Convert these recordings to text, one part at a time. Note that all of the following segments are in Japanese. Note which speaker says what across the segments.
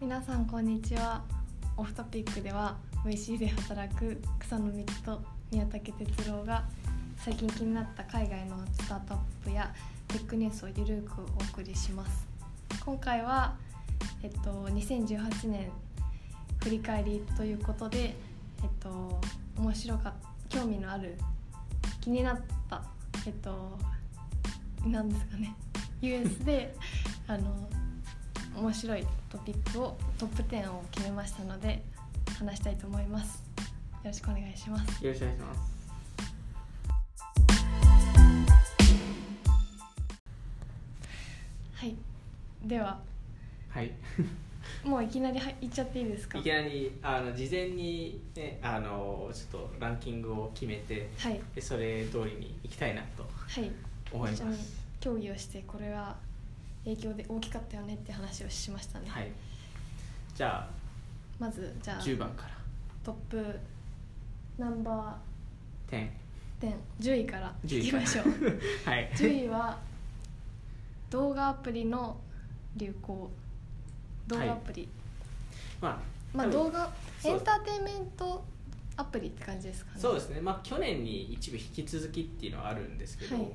Speaker 1: 皆さんこんにちはオフトピックでは VC で働く草野美希と宮武哲郎が最近気になった海外のスタートアップやテックニュースをゆるくお送りします今回はえっと2018年振り返りということでえっと面白かった興味のある気になったえっと何ですかね US であの面白いトピックをトップ10を決めましたので話したいと思いますよろしくお願いします
Speaker 2: よろしくお願いします。
Speaker 1: はいでは
Speaker 2: はい。
Speaker 1: もういきなりは行っちゃっていいですか
Speaker 2: いきなりあの事前にねあのちょっとランキングを決めて
Speaker 1: はい
Speaker 2: でそれ通りに行きたいなと
Speaker 1: はい
Speaker 2: 思い
Speaker 1: 一緒
Speaker 2: ま
Speaker 1: に
Speaker 2: す。
Speaker 1: 協議をしてこれは影響で大きかったよねって話をしましたね、
Speaker 2: はい。じゃ
Speaker 1: まずじゃ
Speaker 2: あ
Speaker 1: あ
Speaker 2: 10番から
Speaker 1: トップナンバ
Speaker 2: 点
Speaker 1: ー1010位からいきましょ う
Speaker 2: はい。
Speaker 1: 10位は動画アプリの流行動画アプリ、
Speaker 2: まあ
Speaker 1: まあ
Speaker 2: 多分
Speaker 1: 動画
Speaker 2: そう
Speaker 1: エンターテインメントアプリって感じですかね
Speaker 2: そうですね、まあ、去年に一部引き続きっていうのはあるんですけど、
Speaker 1: はい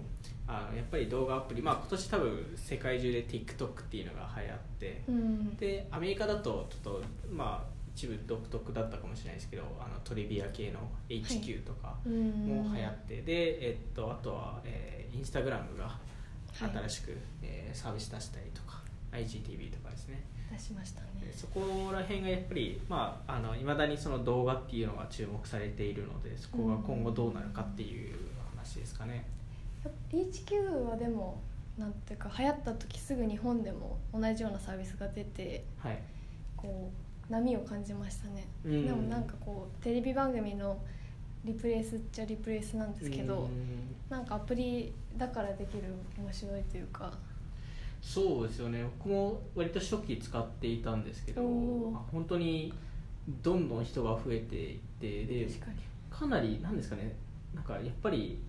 Speaker 2: あのやっぱり動画アプリ、まあ、今年多分世界中で TikTok っていうのが流行って、
Speaker 1: うん
Speaker 2: でアメリカだとちょっとまあ一部独特だったかもしれないですけどあのトリビア系の HQ とか
Speaker 1: うん
Speaker 2: も流行って、で、えっと、あとは、えーインスタグラムが新しく、えーサービス出したりとか IGTV とかですね
Speaker 1: 出しましたね
Speaker 2: でそこら辺がやっぱりまああの未だにその動画っていうのが注目されているのでそこが今後どうなるかっていう話ですかね、
Speaker 1: やっぱ HQ はでもなんていうか流行った時すぐ日本でも同じようなサービスが出て
Speaker 2: はい
Speaker 1: こう波を感じましたね、
Speaker 2: うん
Speaker 1: でもなんかこうテレビ番組のリプレイスっちゃリプレイスなんですけど、
Speaker 2: うん
Speaker 1: なんかアプリだからできる面白いというか
Speaker 2: そうですよね僕も割と初期使っていたんですけど
Speaker 1: おー
Speaker 2: まあ本当にどんどん人が増えていってで
Speaker 1: 確かに
Speaker 2: かなりなんですかねなんかやっぱり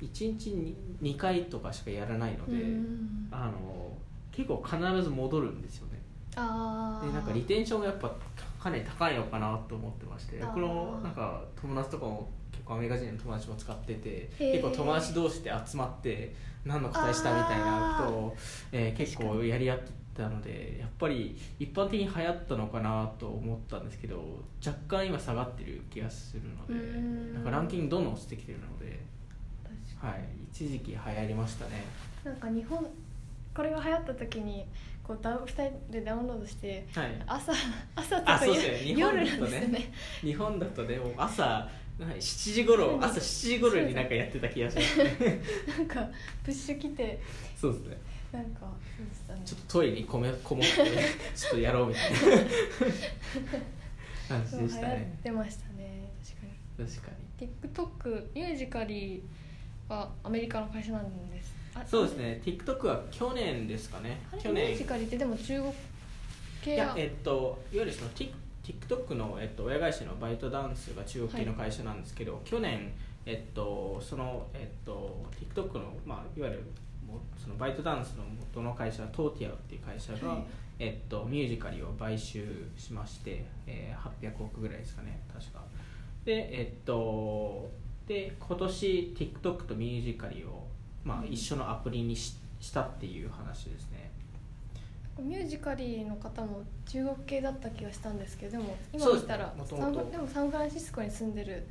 Speaker 2: 1日に2回とかしかやらないので、
Speaker 1: うん
Speaker 2: あの結構必ず戻るんですよね
Speaker 1: あー
Speaker 2: でなんかリテンションがやっぱかなり高いのかなと思ってまして
Speaker 1: あー
Speaker 2: このなんか友達とかも結構アメリカ人の友達も使ってて
Speaker 1: へー
Speaker 2: 結構友達同士で集まって何の答えしたみたいなことを、えー結構やり合ってたのでやっぱり一般的に流行ったのかなと思ったんですけど若干今下がってる気がするの
Speaker 1: うー
Speaker 2: で
Speaker 1: ん
Speaker 2: なんかランキングどんどん落ちてきてるので、
Speaker 1: 確かに
Speaker 2: はい、一時期流行りましたね
Speaker 1: なんか日本これが流行った時にこうダウ2人でダウンロードして
Speaker 2: はい
Speaker 1: 朝朝と
Speaker 2: あ
Speaker 1: か
Speaker 2: そう
Speaker 1: 夜,、
Speaker 2: ですよね日本
Speaker 1: 夜なんです
Speaker 2: だと
Speaker 1: よ
Speaker 2: ね
Speaker 1: ね
Speaker 2: 日本だとねもう朝はい7時頃朝7時頃になんかやってた気がしますね
Speaker 1: なんかプッシュ来て
Speaker 2: そうですね
Speaker 1: なんかそうでしたね
Speaker 2: ちょっとトイレにこめこもって ちょっとやろうみたいな感じ
Speaker 1: そう
Speaker 2: で
Speaker 1: 流
Speaker 2: し
Speaker 1: 行った
Speaker 2: ね
Speaker 1: てましたね
Speaker 2: 確かに
Speaker 1: 確かに TikTok ミュージカリはアメリカの会社なんですあ
Speaker 2: そうですね TikTok は去年ですかね
Speaker 1: あれ
Speaker 2: 去
Speaker 1: ミュ
Speaker 2: 年
Speaker 1: ージカリってでも中国
Speaker 2: い
Speaker 1: 系
Speaker 2: や
Speaker 1: は
Speaker 2: えっといわゆるその Tik- TikTok の、えっと、親会社のバイトダンスが中国系の会社なんですけど、去年、えっと、その、えっと、TikTok の、まあ、いわゆるもそのバイトダンスの元の会社トーティアウっていう会社が、
Speaker 1: はい
Speaker 2: えっと、ミュージカリを買収しまして、えー800億ぐらいですかね確かでえっとで今年 TikTok とミュージカリを、まあ、一緒のアプリにししたっていう話ですね
Speaker 1: ミュージカリの方も中国系だった気がしたんですけどでも今
Speaker 2: そう
Speaker 1: 見
Speaker 2: ですね
Speaker 1: たら
Speaker 2: もとも
Speaker 1: サン
Speaker 2: と
Speaker 1: フラでもサンフランシスコに住んでる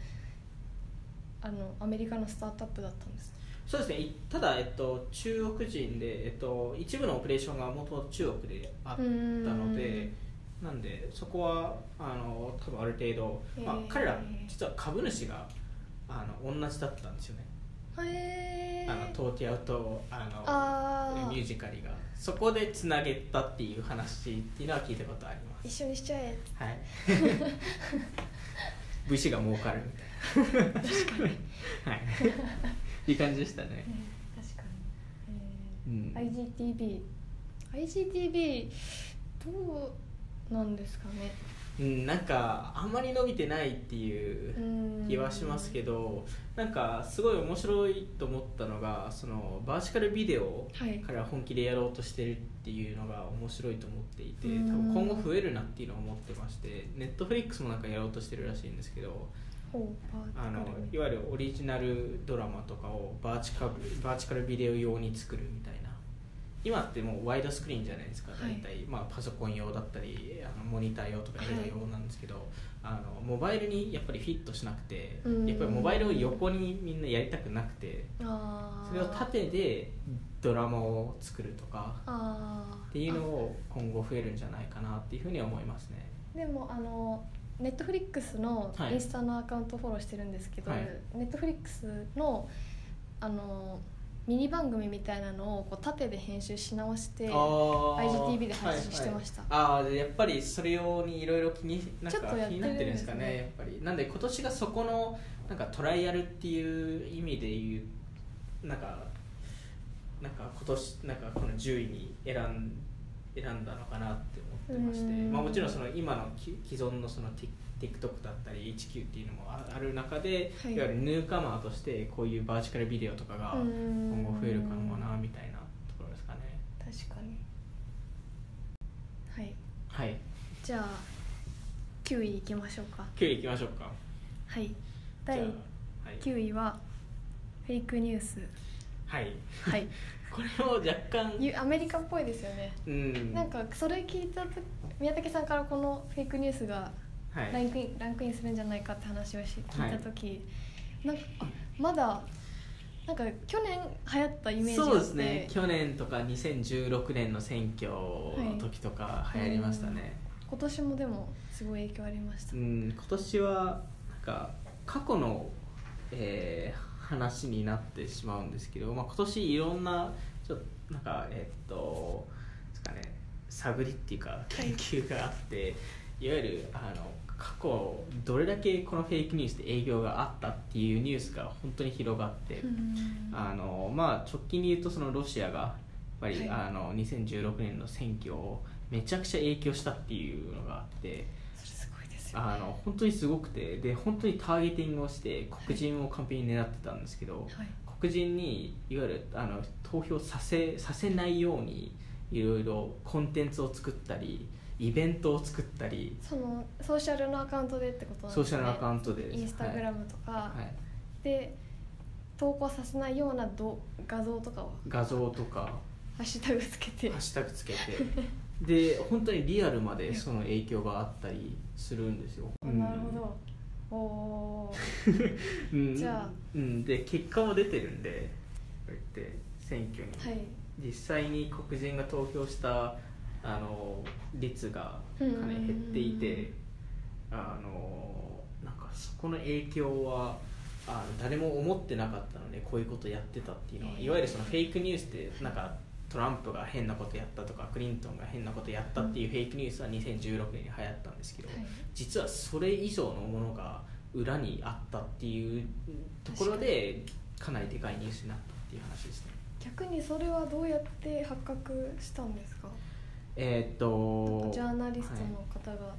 Speaker 1: あのアメリカのスタートアップだったんですね
Speaker 2: そうですねいただ、えっと、中国人で、えっと、一部のオペレーションがもともと中国であったのでなんでそこはあの多分ある程度、まあ
Speaker 1: へー、
Speaker 2: 彼ら実は株主があの同じだったんですよね、
Speaker 1: へえ
Speaker 2: あのトーティアウトあの
Speaker 1: あー
Speaker 2: ミュージカリがそこでつなげたっていう話っていうのは聞いたことあります
Speaker 1: 一緒にしちゃえ
Speaker 2: はい VC が儲かるみ たいな確かに、はい、いい感じでしたね、
Speaker 1: 確か
Speaker 2: う
Speaker 1: に、
Speaker 2: ん
Speaker 1: IGTV IGTV どうなんですかね
Speaker 2: うん、なんかあんまり伸びてないっていう
Speaker 1: うん
Speaker 2: 気はしますけどなんかすごい面白いと思ったのがそのバーシカルビデオ
Speaker 1: はい
Speaker 2: 彼は本気でやろうとしてるっていうのが面白いと思っていて多
Speaker 1: うん
Speaker 2: 分今後増えるなっていうのを思ってましてネットフリックスもなんかやろうとしてるらしいんですけど
Speaker 1: ほうバーテ
Speaker 2: あ
Speaker 1: ィ
Speaker 2: の
Speaker 1: カル
Speaker 2: いわゆるオリジナルドラマとかをバーチカルバーチカルビデオ用に作るみたいな今ってもうワイドスクリーンじゃないですか
Speaker 1: は
Speaker 2: 大
Speaker 1: い
Speaker 2: 体、まあ、パソコン用だったりあのモニター用とか映画用なんですけど、あのモバイルにやっぱりフィットしなくて
Speaker 1: うん
Speaker 2: やっぱりモバイルを横にみんなやりたくなくて
Speaker 1: あー
Speaker 2: それを縦でドラマを作るとか
Speaker 1: あー
Speaker 2: っていうのを今後増えるんじゃないかなっていうふうには思いますね。
Speaker 1: あでもあのネットフリックスの
Speaker 2: はい
Speaker 1: インスタのアカウントフォローしてるんですけど、
Speaker 2: はい
Speaker 1: ネットフリックスのあのミニ番組みたいなのをこう縦で編集し直してち
Speaker 2: あー
Speaker 1: IGTV で配信してました
Speaker 2: はいはいああやっぱりそれ用にいろいろ気になんか
Speaker 1: ちょっとやっ
Speaker 2: 気
Speaker 1: て
Speaker 2: に
Speaker 1: るんですね
Speaker 2: なってるんですかねやっぱりなんで今年がそこのなんかトライアルっていう意味で言うなんかなんか今年なんかこの10位に選ん選んだのかなって思ってまして
Speaker 1: うん
Speaker 2: まあ、もちろんその今のき既存のその Tik- TikTok だったり19っていうのもあある中で、
Speaker 1: はい
Speaker 2: い、わゆるヌーカマーとしてこういうバーチカルビデオとかが
Speaker 1: うん
Speaker 2: 今後増えるかもなみたいなところですかね。
Speaker 1: 確かにはい
Speaker 2: はい
Speaker 1: じゃあ9位いきましょうか
Speaker 2: 9位いきましょうか
Speaker 1: はい第
Speaker 2: じゃあはい
Speaker 1: 9位はフェイクニュース
Speaker 2: はい
Speaker 1: はい
Speaker 2: これを若干
Speaker 1: ゆアメリカっぽいですよね
Speaker 2: うん
Speaker 1: なんかそれ聞いたと宮武さんからこのフェイクニュースが
Speaker 2: はい
Speaker 1: ランクイン,、ランクインするんじゃないかって話をし聞いた時、なんかあまだなんか去年流行ったイメージがあって
Speaker 2: そうですね去年とか2016年の選挙の時とか流行りましたね、
Speaker 1: 今年もでもすごい影響ありました、
Speaker 2: うん今年はなんか過去の、えー話になってしまうんですけど、まあ、今年いろんなちょっとなんかえっとですかね探りっていうか研究があって、い、わゆるあの過去どれだけこのフェイクニュースで営業があったっていうニュースが本当に広がって、
Speaker 1: うん
Speaker 2: あのまあ、直近に言うとそのロシアがやっぱり、
Speaker 1: はい
Speaker 2: あの2016年の選挙をめちゃくちゃ影響したっていうのがあって
Speaker 1: それすごいですよね
Speaker 2: あの本当にすごくてで本当にターゲティングをして黒人を完璧に狙ってたんですけど、
Speaker 1: はい
Speaker 2: 黒人にいわゆるあの投票させさせないようにいろいろコンテンツを作ったりイベントを作ったり
Speaker 1: そのソーシャルのアカウントでってことなんですね
Speaker 2: ソーシャルアカウントで
Speaker 1: インスタグラ
Speaker 2: ム、
Speaker 1: ムとか、
Speaker 2: はいはい
Speaker 1: で投稿させないようなど画像とかを
Speaker 2: 画像とか
Speaker 1: ハッシュタグつけて
Speaker 2: ハッシュタグつけてで本当にリアルまでその影響があったりするんですよ。
Speaker 1: あなるほどおー
Speaker 2: うん、うん
Speaker 1: じゃあ
Speaker 2: うん、で結果も出てるんでこうやって選挙に、
Speaker 1: はい
Speaker 2: 実際に黒人が投票したあの率がかなり減っていてあのなんかそこの影響はあの誰も思ってなかったのでこういうことやってたっていうのは
Speaker 1: へえ
Speaker 2: いわゆるそのフェイクニュースってなんかトランプが変なことやったとかクリントンが変なことやったっていうフェイクニュースは2016年に流行ったんですけど、
Speaker 1: はい
Speaker 2: 実はそれ以上のものが裏にあったっていうところでかなりでかいニュースになったっていう話ですね。
Speaker 1: 逆にそれはどうやって発覚したんですか
Speaker 2: えーっと
Speaker 1: ジャーナリスト
Speaker 2: はい
Speaker 1: の方が、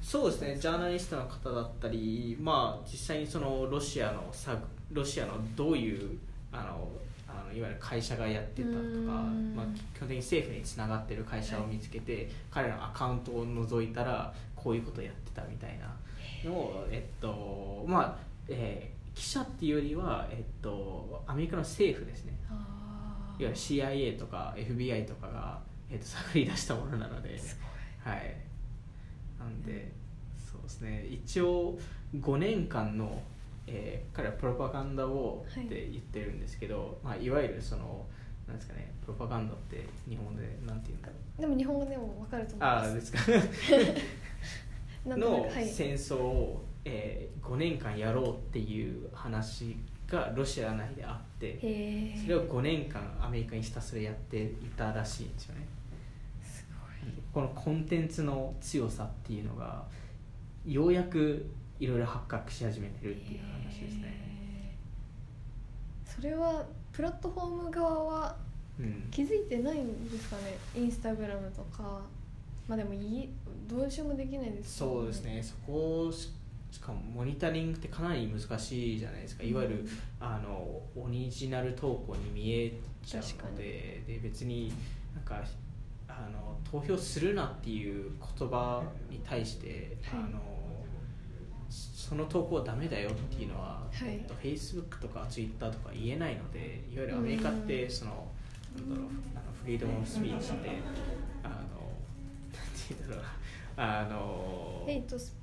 Speaker 2: そうですねジャーナリストの方だったり、まあ、実際にそのロシアのさロシアのどういうあのあのいわゆる会社がやってたとか
Speaker 1: うー、ん
Speaker 2: まあ、基本的に政府につながってる会社を見つけて、彼らのアカウントを覗いたらこういうことやってたみたいなのを、えっとまあえー記者っていうよりは、えっと、アメリカの政府ですね
Speaker 1: あ
Speaker 2: いわゆる CIA とか FBI とかが、えっと探り出したものなので。
Speaker 1: す
Speaker 2: はいなんでそうですね一応5年間の、えー彼はプロパガンダを
Speaker 1: はい
Speaker 2: って言ってるんですけど、いまあ、いわゆるそのなんですかねプロパガンダって日本でなんて言うんだろ
Speaker 1: ご
Speaker 2: う
Speaker 1: いでも日本語でもわかると思い
Speaker 2: あ
Speaker 1: ま
Speaker 2: あ
Speaker 1: す
Speaker 2: ですか
Speaker 1: なんとな
Speaker 2: の
Speaker 1: くはい
Speaker 2: 戦争を、え5年間やろうっていう話がロシア内であって
Speaker 1: へー
Speaker 2: それを5年間アメリカにひたすらやっていたらしいんですよね
Speaker 1: す
Speaker 2: このコンテンツの強さっていうのがようやくいろいろ発覚し始めて
Speaker 1: ごい
Speaker 2: るっていう話ですね、
Speaker 1: へーそれはプラットフォーム側は
Speaker 2: うん、
Speaker 1: 気づいてないんですかねインスタグラムとかまあでもいいどうしようもできないですよ
Speaker 2: そうですねそこをししかもモニタリングってかなり難しいじゃないですかいわゆる、
Speaker 1: うん
Speaker 2: あのオリジナル投稿に見えちゃうのでで別になんかあの投票するなっていう言葉に対して、
Speaker 1: はい
Speaker 2: あのその投稿はダメだよっていうのは、
Speaker 1: い
Speaker 2: えっと、Facebook とか Twitter とか言えないのでいわゆるアメリカっ
Speaker 1: う
Speaker 2: て
Speaker 1: ん
Speaker 2: その、なんだろうあのフリードム・オブスピーチってあのなんて言うんだろうあの
Speaker 1: ヘイトス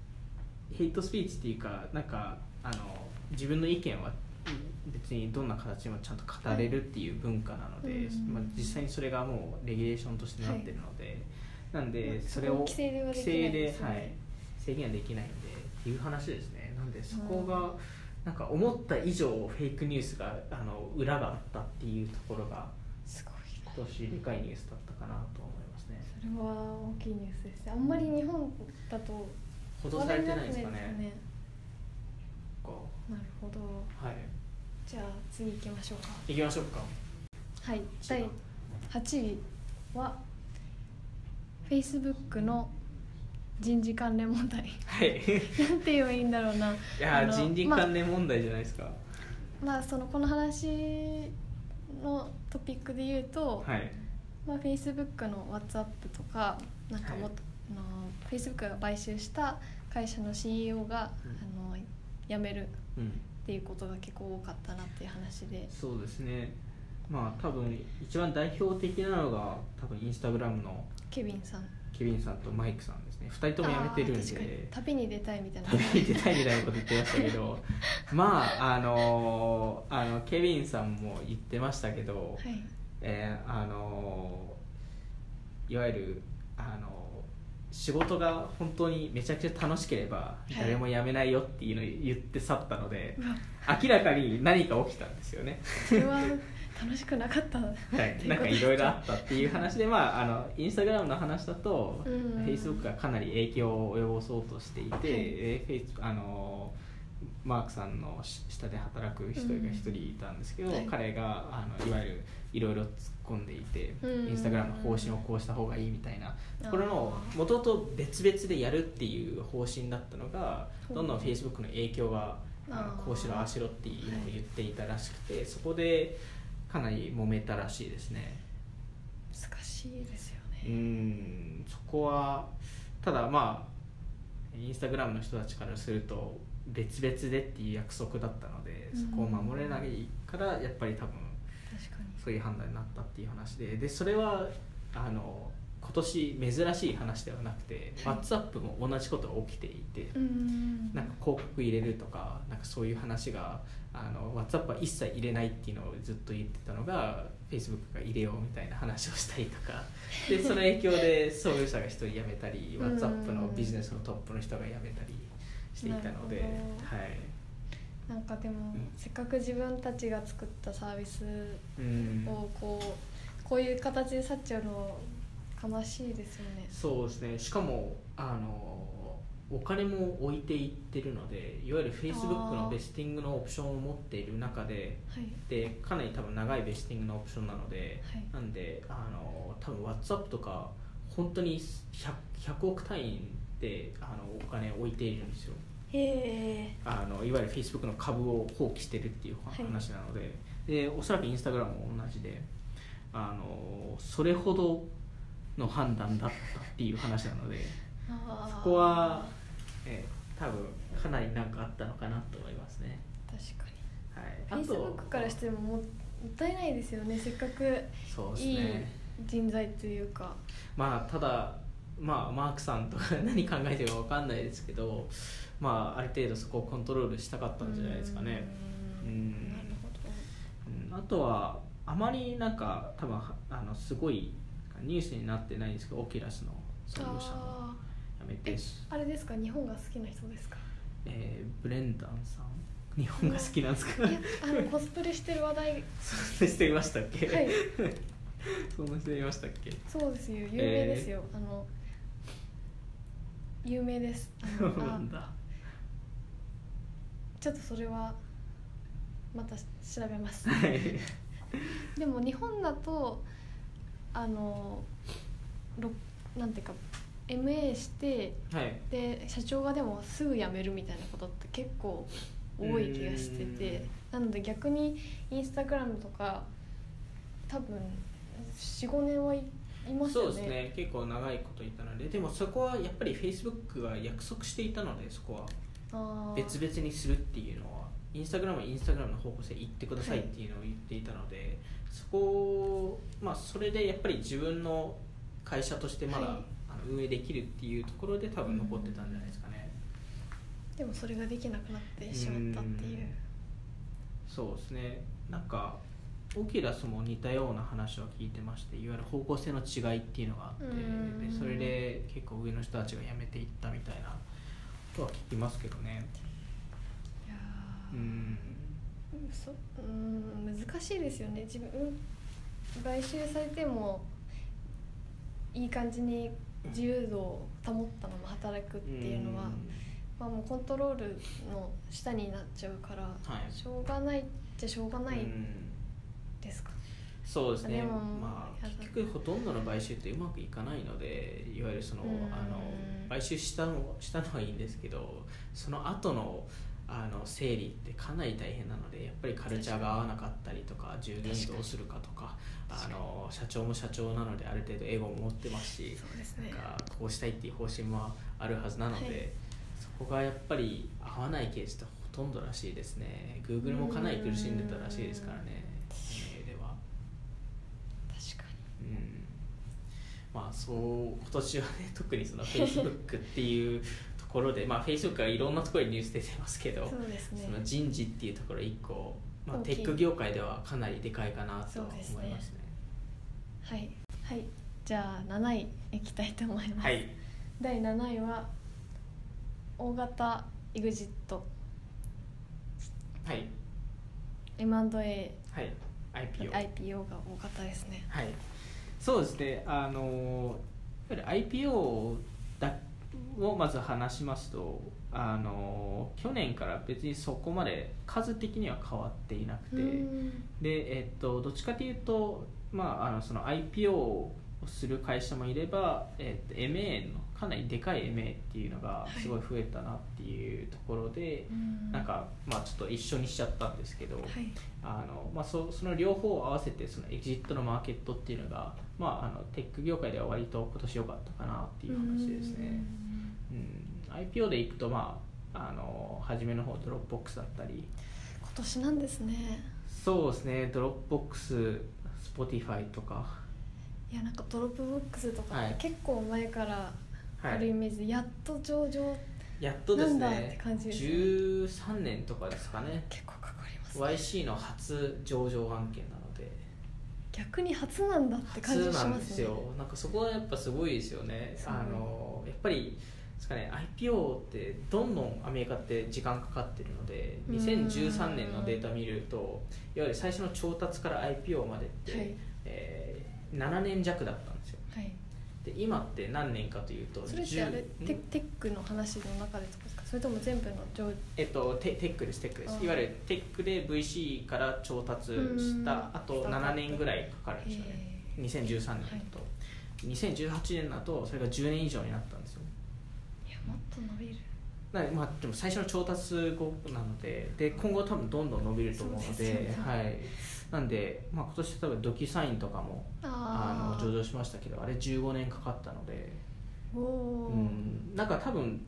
Speaker 2: ヘイトスピーチっていうかなんかあの自分の意見は別にどんな形でもちゃんと語れるっていう文化なので、
Speaker 1: はいうん
Speaker 2: まあ、実際にそれがもうレギュレーションとしてなってるので、なんで
Speaker 1: まあ
Speaker 2: それを
Speaker 1: そこ規制ではできないで
Speaker 2: 規
Speaker 1: す
Speaker 2: 制
Speaker 1: よね
Speaker 2: ではい、制限はできないんでっていう話ですねなんでそこが、なんか思った以上フェイクニュースがあの裏があったっていうところが
Speaker 1: すごいな
Speaker 2: 今年でかいニュースだったかなと思いますね
Speaker 1: それは大きいニュースですねあんまり日本だと
Speaker 2: 報道されてないですか
Speaker 1: 話題になっ
Speaker 2: ね
Speaker 1: てないです
Speaker 2: こ
Speaker 1: なるほど
Speaker 2: うはい
Speaker 1: じゃあ次行きましょうか
Speaker 2: 行きましょうか
Speaker 1: はい第8位は Facebook の人事関連問題
Speaker 2: はい
Speaker 1: なんて言えばいいんだろうない
Speaker 2: いや
Speaker 1: あ
Speaker 2: ー
Speaker 1: の
Speaker 2: 人事
Speaker 1: まあ
Speaker 2: 関連問題じゃないですか、
Speaker 1: まあそのこの話のトピックで言うと、
Speaker 2: はい
Speaker 1: まあ、Facebook の WhatsApp とかなんかもっと、あの Facebook が買収した会社の CEO が、
Speaker 2: うん
Speaker 1: あの辞めるっ
Speaker 2: うん
Speaker 1: ていうことが結構多かったなっていう話で
Speaker 2: そうですねまあ多分一番代表的なのが多分インスタグラムの
Speaker 1: ケビンさん
Speaker 2: ケビンさんとマイクさんですね2人とも辞めてるん
Speaker 1: あー確かに
Speaker 2: で
Speaker 1: 旅に出たいみたいな
Speaker 2: 旅に出たいみたいなこと言ってましたけどまああのーあのケビンさんも言ってましたけど、
Speaker 1: はい
Speaker 2: えーあのーいわゆる、あのー仕事が本当にめちゃくちゃ楽しければ
Speaker 1: い
Speaker 2: 誰も辞めないよっていうのを言って去ったので、
Speaker 1: うわ
Speaker 2: 明らかに何か起きたんですよね、
Speaker 1: それは楽しくなかった
Speaker 2: はい、なんかいろいろあったっていう話で、まあ、あのインスタグラムの話だと
Speaker 1: う
Speaker 2: フ
Speaker 1: ん
Speaker 2: ェイスブックがかなり影響を及ぼそうとしていて、
Speaker 1: い
Speaker 2: えー Facebook あのマークさんの下で働く人が一人いたんですけど、
Speaker 1: うんはい
Speaker 2: 彼があのいわゆるいろいろ突っ込んでいて、
Speaker 1: うん
Speaker 2: インスタグラムの方針をこうした方がいいみたいなこれのもともと別々でやるっていう方針だったのが
Speaker 1: ほう
Speaker 2: どんどんフェイスブックの影響が
Speaker 1: あ
Speaker 2: あ
Speaker 1: ー
Speaker 2: のこうしろああしろっていうのを言っていたらしくてそこでかなり揉めたらしいですね
Speaker 1: 難しいですよ
Speaker 2: う
Speaker 1: ね、
Speaker 2: んそこはただまあインスタグラムの人たちからすると別々でっていう約束だったのでそこを守れないからやっぱり多分
Speaker 1: 確かに
Speaker 2: そういう判断になったっていう話ででそれはあの今年珍しい話ではなくて、
Speaker 1: はい
Speaker 2: WhatsApp も同じことが起きていて、
Speaker 1: うん
Speaker 2: なんか広告入れるとかなんかそういう話があの WhatsApp は一切入れないっていうのをずっと言ってたのが Facebook が入れようみたいな話をしたりと かでその影響で創業者が一人辞めたり
Speaker 1: うん
Speaker 2: WhatsApp のビジネスのトップの人が辞めたりしていたの
Speaker 1: な
Speaker 2: で
Speaker 1: るほ
Speaker 2: はい
Speaker 1: なんかでも、
Speaker 2: ん
Speaker 1: せっかく自分たちが作ったサービス
Speaker 2: うん
Speaker 1: をこうこういう形で去っちゃうの悲しいですよね
Speaker 2: そうですねしかもあのお金も置いていってるのでいわゆる Facebook のベスティングのオプションを持っている中で
Speaker 1: はい
Speaker 2: でかなり多分長いベスティングのオプションなので、
Speaker 1: はい
Speaker 2: なんであの多分 WhatsApp とか本当に 100, 100億単位であのお金を置いているんですよ
Speaker 1: へえ
Speaker 2: あのいわゆる Facebook の株を放棄してるっていう
Speaker 1: はい
Speaker 2: 話なので,、でおそらく Instagram も同じであのそれほどの判断だったっていう話なのでそこは、え多分かなりなんかあったのかなと思いますね。
Speaker 1: 確かに
Speaker 2: はい、あと
Speaker 1: Facebook からしてももったいないですよねせっかく
Speaker 2: そうですね
Speaker 1: いい人材というか
Speaker 2: まあただまあマークさんとか何考えてるか分かんないですけどまあある程度そこをコントロールしたかったんじゃないですかね
Speaker 1: うーん
Speaker 2: うん
Speaker 1: なるほど
Speaker 2: うんあとはあまりなんか多分はあのすごいニュースになってないんですけどオキュラスの創業者の
Speaker 1: あ
Speaker 2: やめて
Speaker 1: ーえ、あれですか日本が好きな人ですか
Speaker 2: えーブレンダンさん日本が好きなんです
Speaker 1: い
Speaker 2: か
Speaker 1: やあのコスプレしてる話題
Speaker 2: そんな人いましたっけ、
Speaker 1: はい
Speaker 2: そんな人いましたっけ
Speaker 1: そうですよ有名ですよ、あの有名ですあ
Speaker 2: そう
Speaker 1: の
Speaker 2: な
Speaker 1: あ
Speaker 2: んだ
Speaker 1: ちょっとそれはまた調べます
Speaker 2: はい
Speaker 1: でも日本だとあのろなんていうか MA して
Speaker 2: はい
Speaker 1: で社長がでもすぐ辞めるみたいなことって結構多い気がしててなので逆にインスタグラムとか多分45年はいいます
Speaker 2: そう
Speaker 1: よね
Speaker 2: ですね結構長いこといたのででもそこはやっぱりフェイスブックが約束していたのでそこは
Speaker 1: あー
Speaker 2: 別々にするっていうのはインスタグラムはインスタグラムの方向性行ってくださいっていうのを言っていたので、そこをまあそれでやっぱり自分の会社としてまだ、
Speaker 1: はい
Speaker 2: あの運営できるっていうところで多分残ってたんじゃないですかね、
Speaker 1: でもそれができなくなってしまったっていう
Speaker 2: うんそうですねなんかオキュラスも似たような話を聞いてましていわゆる方向性の違いっていうのがあって
Speaker 1: うん
Speaker 2: でそれで結構上の人たちが辞めていったみたいなことは聞きますけどね
Speaker 1: いや
Speaker 2: う
Speaker 1: ー
Speaker 2: ん
Speaker 1: そうん難しいですよね自分買収されてもいい感じに自由度を保ったまま働くっていうのは、
Speaker 2: ん
Speaker 1: まあ、もうコントロールの下になっちゃうから、
Speaker 2: はい
Speaker 1: しょうがないっちゃしょうがない
Speaker 2: うん
Speaker 1: ですか、
Speaker 2: そうですね
Speaker 1: でも
Speaker 2: まあ
Speaker 1: やだ
Speaker 2: 結局ほとんどの買収ってうまくいかないのでいわゆるその
Speaker 1: うん
Speaker 2: あの買収したのしたのはいいんですけどその後のあの整理ってかなり大変なのでやっぱりカルチャーが合わなかったりとか従業員どうするかとかあ
Speaker 1: 確かに
Speaker 2: の社長も社長なのである程度エゴも持ってますし
Speaker 1: そうです
Speaker 2: なんかこうしたいっていう方針もあるはずなので、
Speaker 1: はい
Speaker 2: そこがやっぱり合わないケースってほとんどらしいですね Google もかなり苦しんでたらしいですからね運営では
Speaker 1: 確か
Speaker 2: うんまあそう今年はね 特にその Facebook っていうところでまあ Facebook はいろんなところにニュース出てますけど
Speaker 1: にそうですね
Speaker 2: その人事っていうところ一個、まあ、
Speaker 1: 大
Speaker 2: テ
Speaker 1: きい
Speaker 2: ック業界ではかなりでかいかなと
Speaker 1: そう
Speaker 2: は
Speaker 1: ですね
Speaker 2: 思いますね
Speaker 1: はいはいじゃあ7位いきたいと思います、
Speaker 2: はい
Speaker 1: 第7位は大型 EXIT
Speaker 2: はい
Speaker 1: M&A
Speaker 2: はい
Speaker 1: IPO
Speaker 2: IPO
Speaker 1: が大型ですね
Speaker 2: はい、そうですね、あのやっぱり IPO だをまず話しますとあの、去年から別にそこまで数的には変わっていなく
Speaker 1: う
Speaker 2: て、
Speaker 1: ん
Speaker 2: でえっと、どっちかというと、まあ、あのその IPO をする会社もいれば、えっと、MA のかなりでかい MA っていうのがすごい増えたなっていうところで、なんか、まあ、ちょっと一緒にしちゃったんですけど。
Speaker 1: はい
Speaker 2: あのまあ、そその両方を合わせてそのエキジットのマーケットっていうのが、まあ、あのテック業界では割と今年良かったかなっていう話ですね、うん IPO でいくと、まあ、あの初めの方ドロップボックスだったり
Speaker 1: 今年なんですね
Speaker 2: そうですねドロップボックススポティファイとか、
Speaker 1: いやなんかドロップボックスとか
Speaker 2: はい
Speaker 1: 結構前から
Speaker 2: は
Speaker 1: あるイメージでやっと上場
Speaker 2: やっとです
Speaker 1: なんだって
Speaker 2: ね
Speaker 1: 感じですね
Speaker 2: 13年とかですかね
Speaker 1: 結構かかります、ね、
Speaker 2: YC の初上場案件なので
Speaker 1: 逆に初なんだって感じが
Speaker 2: 普通な
Speaker 1: し
Speaker 2: ん
Speaker 1: ま
Speaker 2: ですす
Speaker 1: ね
Speaker 2: よなんかそこはやっぱすごいですよね
Speaker 1: そう
Speaker 2: あのやっぱりですかね IPO ってどんどんアメリカって時間かかってるので
Speaker 1: うん
Speaker 2: 2013年のデータ見るといわゆる最初の調達から IPO までって、
Speaker 1: はい
Speaker 2: えー7年弱だったんですよ
Speaker 1: はい
Speaker 2: で今って何年かというと
Speaker 1: それって
Speaker 2: 10
Speaker 1: あれ
Speaker 2: ん
Speaker 1: テテックの話の中でとかですかそれとも全部の上
Speaker 2: えっと、テテックですテックで
Speaker 1: あ
Speaker 2: す
Speaker 1: ー
Speaker 2: いわゆるテックで VC から調達した
Speaker 1: うん
Speaker 2: あと7年ぐらいかかるんですよね
Speaker 1: へ
Speaker 2: 2013年だと、2018年だとそれが10年以上になったんですよ
Speaker 1: いやもっと伸びる
Speaker 2: なのでまあ、でも最初の調達後なのでで今後多分どんどん伸びると思うの
Speaker 1: そう
Speaker 2: で
Speaker 1: ですよね
Speaker 2: はい、なんで、まあ、今年多分ドキュサインとかもあ
Speaker 1: あー
Speaker 2: の上場しましたけどあれ15年かかったので、
Speaker 1: お
Speaker 2: う
Speaker 1: おー、
Speaker 2: ん、なんか多分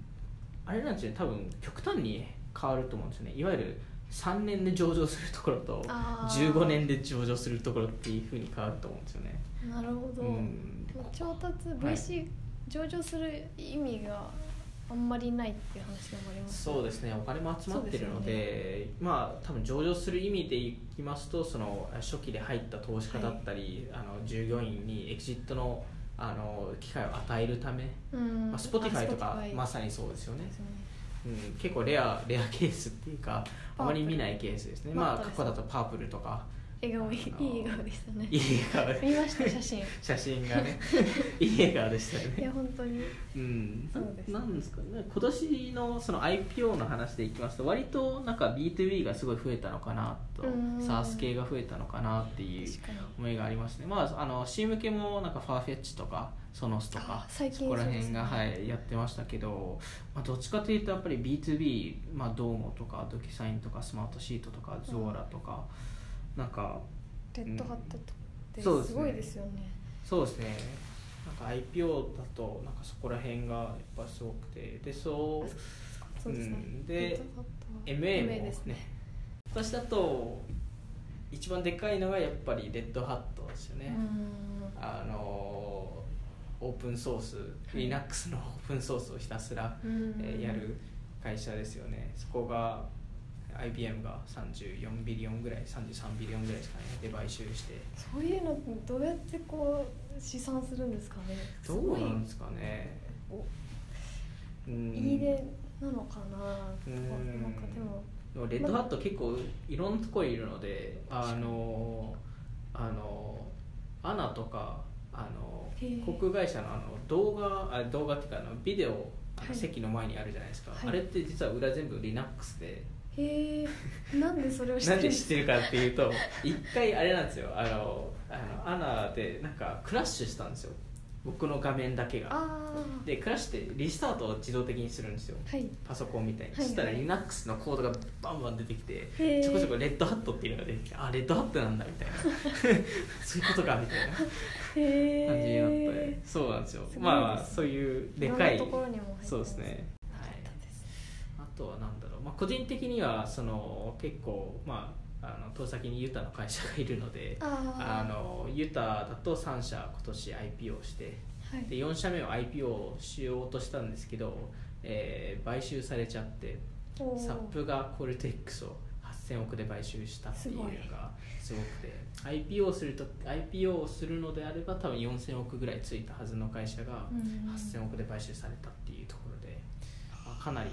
Speaker 2: あれなんですよね多分極端に変わると思うんですよねいわゆる3年で上場するところと
Speaker 1: あー
Speaker 2: 15年で上場するところっていうふうに変わると思うんですよね。
Speaker 1: なるほど、
Speaker 2: うん
Speaker 1: 調達 VC、上場する意味があんまりないっていう話がもありますね
Speaker 2: そうですねお金も集まってるの
Speaker 1: そう
Speaker 2: でまあ多分上場する意味でいきますとその初期で入った投資家だったり、あの従業員にエキジットのあの機会を与えるため、
Speaker 1: うん
Speaker 2: まあ、Spotify と
Speaker 1: あ
Speaker 2: か
Speaker 1: Spotify
Speaker 2: まさにそうですよね
Speaker 1: です、ね
Speaker 2: うん、結構レアレアケースっていうか
Speaker 1: パ
Speaker 2: あ
Speaker 1: ープル
Speaker 2: まり見ないケースですねまあ
Speaker 1: マットレ
Speaker 2: 過
Speaker 1: ス
Speaker 2: 去だとパープルとか
Speaker 1: 笑顔い
Speaker 2: あのー
Speaker 1: いい笑顔でしたね
Speaker 2: いい笑顔
Speaker 1: 見ました写 真
Speaker 2: 写真が ねいい笑顔でしたよ
Speaker 1: いや
Speaker 2: ね
Speaker 1: 本当に
Speaker 2: うん
Speaker 1: そうですね
Speaker 2: なんですかね今年のその IPO の話でいきますと割となんか B2B がすごい増えたのかなと
Speaker 1: うん
Speaker 2: サース系が増えたのかなっていう
Speaker 1: 確かに
Speaker 2: 思いがありますねまああの C 向けもなんかファーフェッチとかソノスとか
Speaker 1: あ最近
Speaker 2: そこら辺が、
Speaker 1: そうですね
Speaker 2: はい、やってましたけど、まあ、どっちかというとやっぱり B2B、まあ、ドーモとかドキュサインとかスマートシートとかゾーラとか、なんか
Speaker 1: レッドハットと
Speaker 2: そ
Speaker 1: っ
Speaker 2: うで
Speaker 1: て
Speaker 2: すね
Speaker 1: すごいですよね,、
Speaker 2: そうですねなんか IPO だとなんかそこら辺がやっぱすごくてでそう
Speaker 1: そうですね、
Speaker 2: うんで
Speaker 1: レッドハットは
Speaker 2: MA も
Speaker 1: MA
Speaker 2: で
Speaker 1: ですす
Speaker 2: ね
Speaker 1: ね
Speaker 2: 私だと一番でかいのがやっぱりレッドハットですよね、
Speaker 1: うん
Speaker 2: あのオープンソース、
Speaker 1: い
Speaker 2: Linux の オープンソースをひたすら、
Speaker 1: うん
Speaker 2: えーやる会社ですよねそこが IBM が34ビリオンぐらい33ビリオンぐらいですかねで買収して
Speaker 1: そういうのってどうやってこう試算するんですかねす
Speaker 2: ど
Speaker 1: ご
Speaker 2: う
Speaker 1: い
Speaker 2: なんですかね
Speaker 1: お
Speaker 2: うん
Speaker 1: いいねなのかなとか
Speaker 2: うん
Speaker 1: なんかでも
Speaker 2: でもレッドハット結構いろんなとこいるのであのあのアナとかあの
Speaker 1: へえ
Speaker 2: 航空会社のあの動画あ動画っていうかあのビデオあの
Speaker 1: はい
Speaker 2: 席の前にあるじゃないですか、
Speaker 1: はい
Speaker 2: あれって実は裏全部 Linux で
Speaker 1: へえなんでそれを知って
Speaker 2: な
Speaker 1: る
Speaker 2: んで知ってるかっていうと一回あれなんですよあのあのアナでなんかクラッシュしたんですよ僕の画面だけが
Speaker 1: ああ
Speaker 2: でクラッシュってリスタートを自動的にするんですよ
Speaker 1: はい
Speaker 2: パソコンみたいに、
Speaker 1: はい
Speaker 2: そしたら
Speaker 1: はい
Speaker 2: Linux のコードがバンバン出てきて
Speaker 1: へー
Speaker 2: ちょこちょこレッドハットっていうのが出てきてあレッドハットなんだみた いなそういうことかみたいな感
Speaker 1: へえ
Speaker 2: じになって、そうなんです
Speaker 1: す
Speaker 2: よ
Speaker 1: ごいですね
Speaker 2: まあそういうでかい
Speaker 1: ろんなところにも入ってます
Speaker 2: そうですね
Speaker 1: なかったです
Speaker 2: あとはなんだろう、まあ、個人的にはその結構まああの遠先にユタの会社がいるのであ
Speaker 1: ああ
Speaker 2: のユタだと3社今年 IPO して
Speaker 1: はい
Speaker 2: で4社目を IPO しようとしたんですけど、えー買収されちゃって
Speaker 1: おー
Speaker 2: サップがコルテックスを8000億で買収したっていうのがすごくて IPO すると IPO をするのであれば多分4000億ぐらいついたはずの会社が
Speaker 1: うん
Speaker 2: 8000億で買収されたっていうところで、まあかなり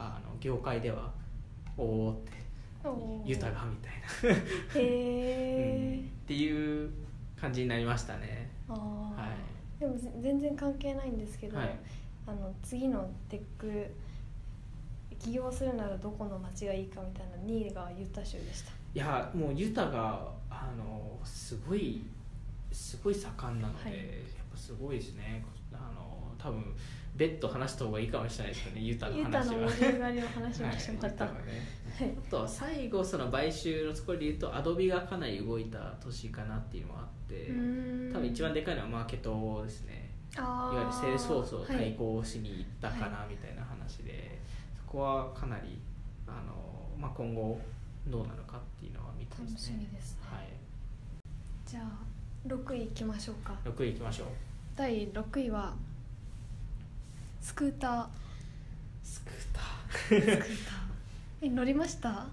Speaker 2: あの業界ではおおって
Speaker 1: おー
Speaker 2: ユタがみたいな、
Speaker 1: へ
Speaker 2: うん
Speaker 1: え、
Speaker 2: っていう感じになりましたね
Speaker 1: ああ、
Speaker 2: は
Speaker 1: でもぜ全然関係ないんですけど、
Speaker 2: はい
Speaker 1: あの次のテック起業するならどこの町がいいかみたいな2位がユタ州でした
Speaker 2: いやもうユタがあのすごいすごい盛んなので、
Speaker 1: はい
Speaker 2: やっぱすごいですねあの多分別途話した方がいいかもしれないですよねユタの
Speaker 1: ユタ
Speaker 2: 話は
Speaker 1: の盛り上がりを話しまし
Speaker 2: はい
Speaker 1: また、
Speaker 2: ユタのね
Speaker 1: はい
Speaker 2: あとは最後その買収のところで言うとアドビがかなり動いた年かなっていうのもあって
Speaker 1: うーん
Speaker 2: 多分一番でかいのはマーケットですね
Speaker 1: あ
Speaker 2: いわゆるセールスフォースを
Speaker 1: は
Speaker 2: 対
Speaker 1: い
Speaker 2: 抗しに行ったかな
Speaker 1: は
Speaker 2: みたいな話で、そこはかなりあの、まあ、今後どうなのかっていうのは見て
Speaker 1: 楽しみですね
Speaker 2: はい、
Speaker 1: じゃあ6位いきましょうか
Speaker 2: 6位いきましょう
Speaker 1: 第6位はスクーター
Speaker 2: スクー
Speaker 1: スクー
Speaker 2: ター
Speaker 1: ターえ乗りました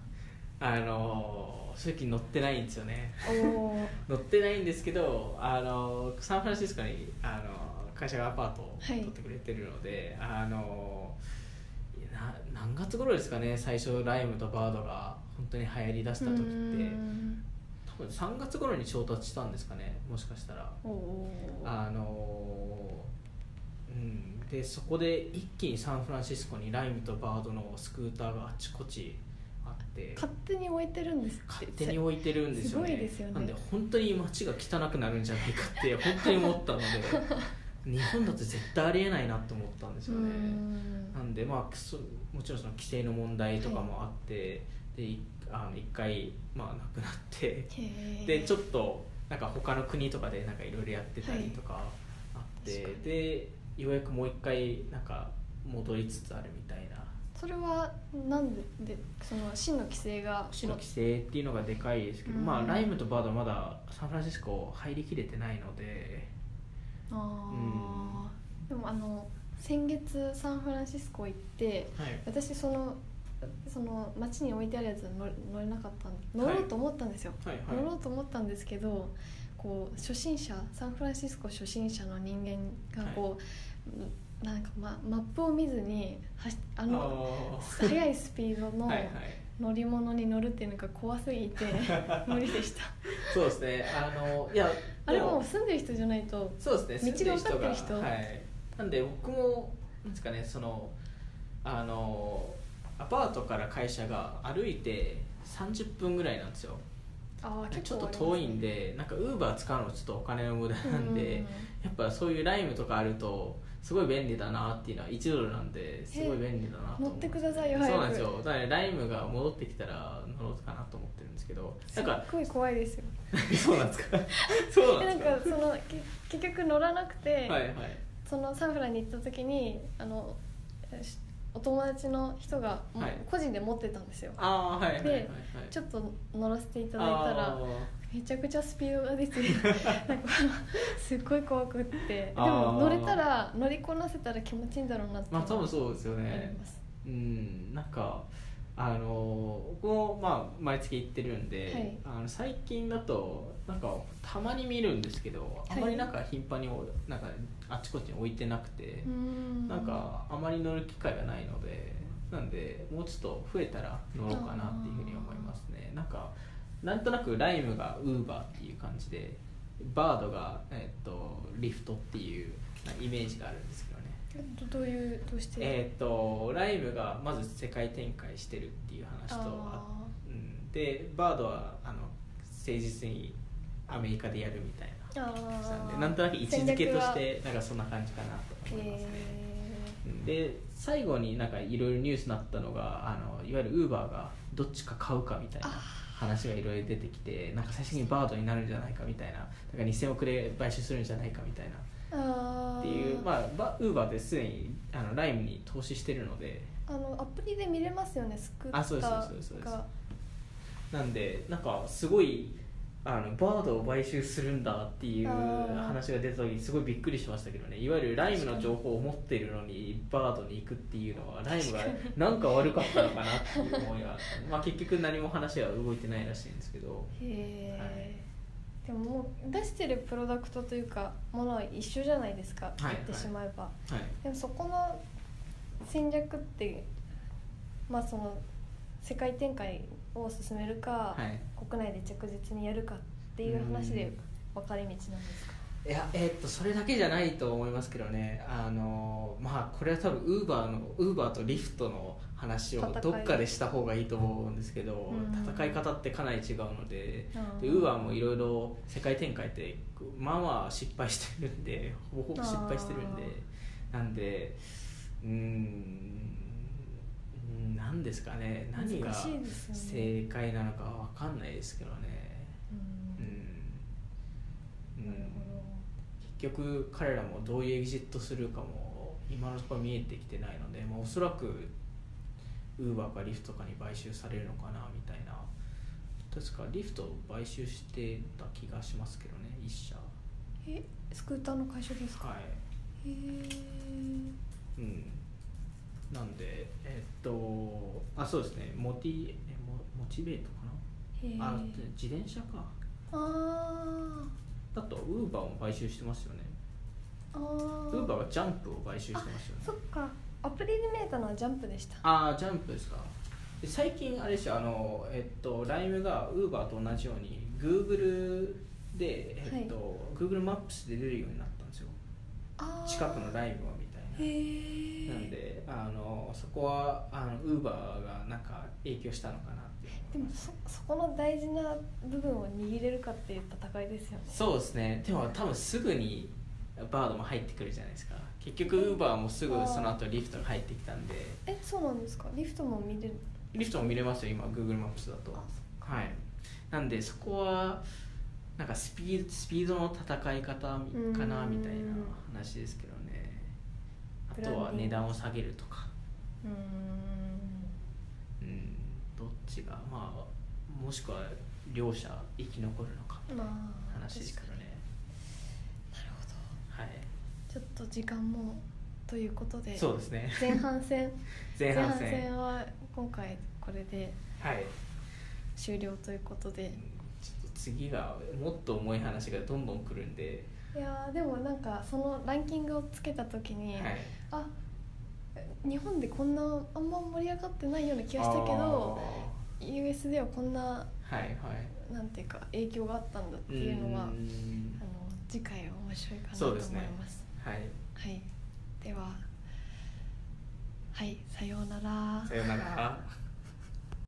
Speaker 2: あの正直乗ってないんですよね
Speaker 1: おお
Speaker 2: 乗ってないんですけどあのサンフランシスコにあの会社がアパートを
Speaker 1: はい
Speaker 2: 取ってくれてるので、あのな何月頃ですかね最初ライムとバードが本当に流行りだした時って多分3月頃に調達したんですかねもしかしたら
Speaker 1: おお
Speaker 2: あのうんでそこで一気にサンフランシスコにライムとバードのスクーターがあちこちあって
Speaker 1: 勝手に置いてるんですって
Speaker 2: 勝手に置いてるんですよね
Speaker 1: すごいですよね
Speaker 2: なんで本当に街が汚くなるんじゃないかって本当に思ったので 日本だと絶対ありえないなと思ったんですよね
Speaker 1: うーん
Speaker 2: なんでまあそもちろんその規制の問題とかもあって、でいあの一回まあなくなって
Speaker 1: へー
Speaker 2: でちょっとなんか他の国とかでなんかいろいろやってたりとかあって、
Speaker 1: 確かに
Speaker 2: でようやくもう一回なんか戻りつつあるみたいな
Speaker 1: それはなんででその市の規制が
Speaker 2: 市の規制っていうのがでかいですけど、まあ
Speaker 1: うん
Speaker 2: ライムとバードはまだサンフランシスコ入りきれてないので
Speaker 1: あーでもあの先月サンフランシスコ行って
Speaker 2: はい
Speaker 1: 私そのその街に置いてあるやつ乗れ乗れなかったん乗
Speaker 2: はい
Speaker 1: ろうと思ったんですよ、
Speaker 2: はい
Speaker 1: 乗ろうと思ったんですけどこう初心者サンフランシスコ初心者の人間がこう、なんか、ま、マップを見ずに走っあの
Speaker 2: あー
Speaker 1: 速いスピードの
Speaker 2: はいはい
Speaker 1: 乗り物に乗るっていうのが怖すぎ て無理でした
Speaker 2: そうですねあのいや
Speaker 1: あれもう住んでる人じゃないと
Speaker 2: そうですね
Speaker 1: 道が分かってる人
Speaker 2: 住んではい、なんで僕もなんですかねそのあのアパートから会社が歩いて30分ぐらいなんですよ
Speaker 1: ああ結構
Speaker 2: ちょっと遠いん
Speaker 1: で
Speaker 2: でなんかウーバー使うのちょっとお金の無駄なんで、やっぱそういうライムとかあるとすごい便利だなっていうのは1ドルなんですごい便利だなと
Speaker 1: 乗
Speaker 2: 思
Speaker 1: っ
Speaker 2: う
Speaker 1: てくださいよ早く
Speaker 2: そうなんですよだからねライムが戻ってきたら乗ろうかなと思ってるんですけどなんか
Speaker 1: す っごい怖いですよ
Speaker 2: そうなん ですかそう
Speaker 1: でなん
Speaker 2: な
Speaker 1: ん
Speaker 2: ですか
Speaker 1: かそのけ結局乗らなくて、
Speaker 2: はいはい
Speaker 1: そのサンフランに行った時にあのしお友達の人がもう
Speaker 2: はい
Speaker 1: 個人で持ってたんですよ、
Speaker 2: ああーはいはいはいはい
Speaker 1: でちょっと乗らせていただいたら
Speaker 2: あー
Speaker 1: めちゃくちゃスピードが出 てなんかすっごい怖くってで
Speaker 2: あー
Speaker 1: も乗れたら乗りこなせたら気持ちいいんだろうなって
Speaker 2: まあ多分そうですよ
Speaker 1: 思
Speaker 2: ね
Speaker 1: います、
Speaker 2: うんなんかあの僕もまあ毎月行ってるんで、あの最近だとなんかたまに見るんですけどあまりなんか頻繁におなんかあちこちに置いてなくて
Speaker 1: う、ん
Speaker 2: なんかあまり乗る機会がないのでなんでもうちょっと増えたら乗ろうかなっていうふうに思いますねなんかなんとなくライムがウーバーっていう感じでバードが、えっとリフトっていうなんかイメージがあるんですけどね
Speaker 1: どどういうどうして、
Speaker 2: えーっ、とライムがまず世界展開してるっていう話と
Speaker 1: あ
Speaker 2: あうん、でバードはあの誠実にアメリカでやるみたい
Speaker 1: ー
Speaker 2: な
Speaker 1: あ
Speaker 2: 話なんで
Speaker 1: ー
Speaker 2: なんとなく位置づけとし
Speaker 1: 戦略は
Speaker 2: てなんかそんな感じかなと思いますね、
Speaker 1: え
Speaker 2: うんで最後になんかいろいろニュースになったのがあのいわゆるウーバーがどっちか買うかみたいな
Speaker 1: あ
Speaker 2: 話がいろいろ出てきてなんか最終的にバードになるんじゃないかみたいななんか2000億で買収するんじゃないかみたいな
Speaker 1: ーあー
Speaker 2: っていうまあバウーバーですでにあのライムに投資してるので
Speaker 1: あのアプリで見れますよねスクータ
Speaker 2: あそうですそうですそう
Speaker 1: ー
Speaker 2: です
Speaker 1: が
Speaker 2: なんでなんかすごいあのバードを買収するんだっていう
Speaker 1: あー
Speaker 2: 話が出た時にすごいびっくりしましたけどねいわゆるライムの情報を持ってるのにバードに行くっていうのはライムがなんか悪かったのかなっていう思いがあったまあ結局何も話は動いてないらしいんですけど
Speaker 1: へえ、でももう出してるプロダクトというかものは一緒じゃないですか
Speaker 2: いはい
Speaker 1: 言ってしまえば、
Speaker 2: はい
Speaker 1: でもそこの戦略ってまあその世界展開を進めるか、
Speaker 2: はい
Speaker 1: 国内で着実にやるかっていう話で分かれ道なんですか
Speaker 2: いや、えーっとそれだけじゃないと思いますけどねあのまあこれは多分ウーバーのウーバーとリフトの話を
Speaker 1: 戦い
Speaker 2: どっかでした方がいいと思うんですけど
Speaker 1: うん
Speaker 2: 戦い方ってかなり違うので
Speaker 1: あー
Speaker 2: でウーバーもいろいろ世界展開ってまあまあ失敗してるんで ほぼほぼ失敗してるんでなんでうーん何ですかね何が
Speaker 1: 難しいですよね、
Speaker 2: 正解なのかわかんないですけどね
Speaker 1: うん
Speaker 2: うん、う
Speaker 1: なる
Speaker 2: ん
Speaker 1: ほど
Speaker 2: 結局彼らもどういうエグジットするかも今のところ見えてきてないので、まあ、おそらくウーバーかリフトかに買収されるのかなみたいな確かリフトを買収してた気がしますけどね一社
Speaker 1: えスクーターの会社ですか
Speaker 2: は
Speaker 1: へえ
Speaker 2: いうんなんでえっとあそうですねモティえモモチベートか
Speaker 1: へえ
Speaker 2: なあ自転車か
Speaker 1: あ
Speaker 2: だとウーバーも買収してますよね
Speaker 1: ーあー
Speaker 2: ウーバーはジャンプを買収してますよね
Speaker 1: そっかアプリで見れたのはジャンプでした
Speaker 2: ああジャンプですかで最近あれでしょあのえっとライムがウーバーと同じように Google で、えっと Google マップスで出るようになったんですよ
Speaker 1: あー
Speaker 2: 近くのライムはみた
Speaker 1: へ
Speaker 2: い
Speaker 1: え
Speaker 2: ななんであのそこはあのウーバーがなんか影響したのかなって
Speaker 1: で
Speaker 2: 思い
Speaker 1: も
Speaker 2: ます
Speaker 1: そそこの大事な部分を握れるかっていう戦いですよね
Speaker 2: そうですねでも多分すぐにバードも入ってくるじゃないですか結局ウーバーもすぐその後リフトが入ってきたんで
Speaker 1: えそうなんですかリフトも見れる
Speaker 2: リフトも見れますよ今 Google マップスだと
Speaker 1: あ
Speaker 2: はいなんでそこはなんかスピードスピードの戦い方かなみ
Speaker 1: うん
Speaker 2: たいな話ですけどねあ
Speaker 1: ブランディング
Speaker 2: とは値段を下げるとか
Speaker 1: うーん
Speaker 2: うんどっちがまあもしくは両者生き残るのか
Speaker 1: まあ
Speaker 2: 話ですけ
Speaker 1: 確
Speaker 2: ど
Speaker 1: かに
Speaker 2: ね
Speaker 1: なるほど
Speaker 2: はい
Speaker 1: ちょっと時間もということで
Speaker 2: そうで すね
Speaker 1: 前半戦
Speaker 2: 前半戦
Speaker 1: 前半戦は今回これで
Speaker 2: はい
Speaker 1: 終了ということで
Speaker 2: ちょっと次がもっと重い話がどんどん来るんで、
Speaker 1: いやーでもなんかそのランキングをつけた時に、
Speaker 2: はい
Speaker 1: あ日本でこんなあんま盛り上がってないような気がしたけど
Speaker 2: あ
Speaker 1: US ではこんな
Speaker 2: はいはい
Speaker 1: なんていうか影響があったんだっていうのはあの
Speaker 2: ん
Speaker 1: 次回は面白いかなと
Speaker 2: そう
Speaker 1: 思い
Speaker 2: で
Speaker 1: ます
Speaker 2: ねはい
Speaker 1: はいでははいさようなら
Speaker 2: さようなら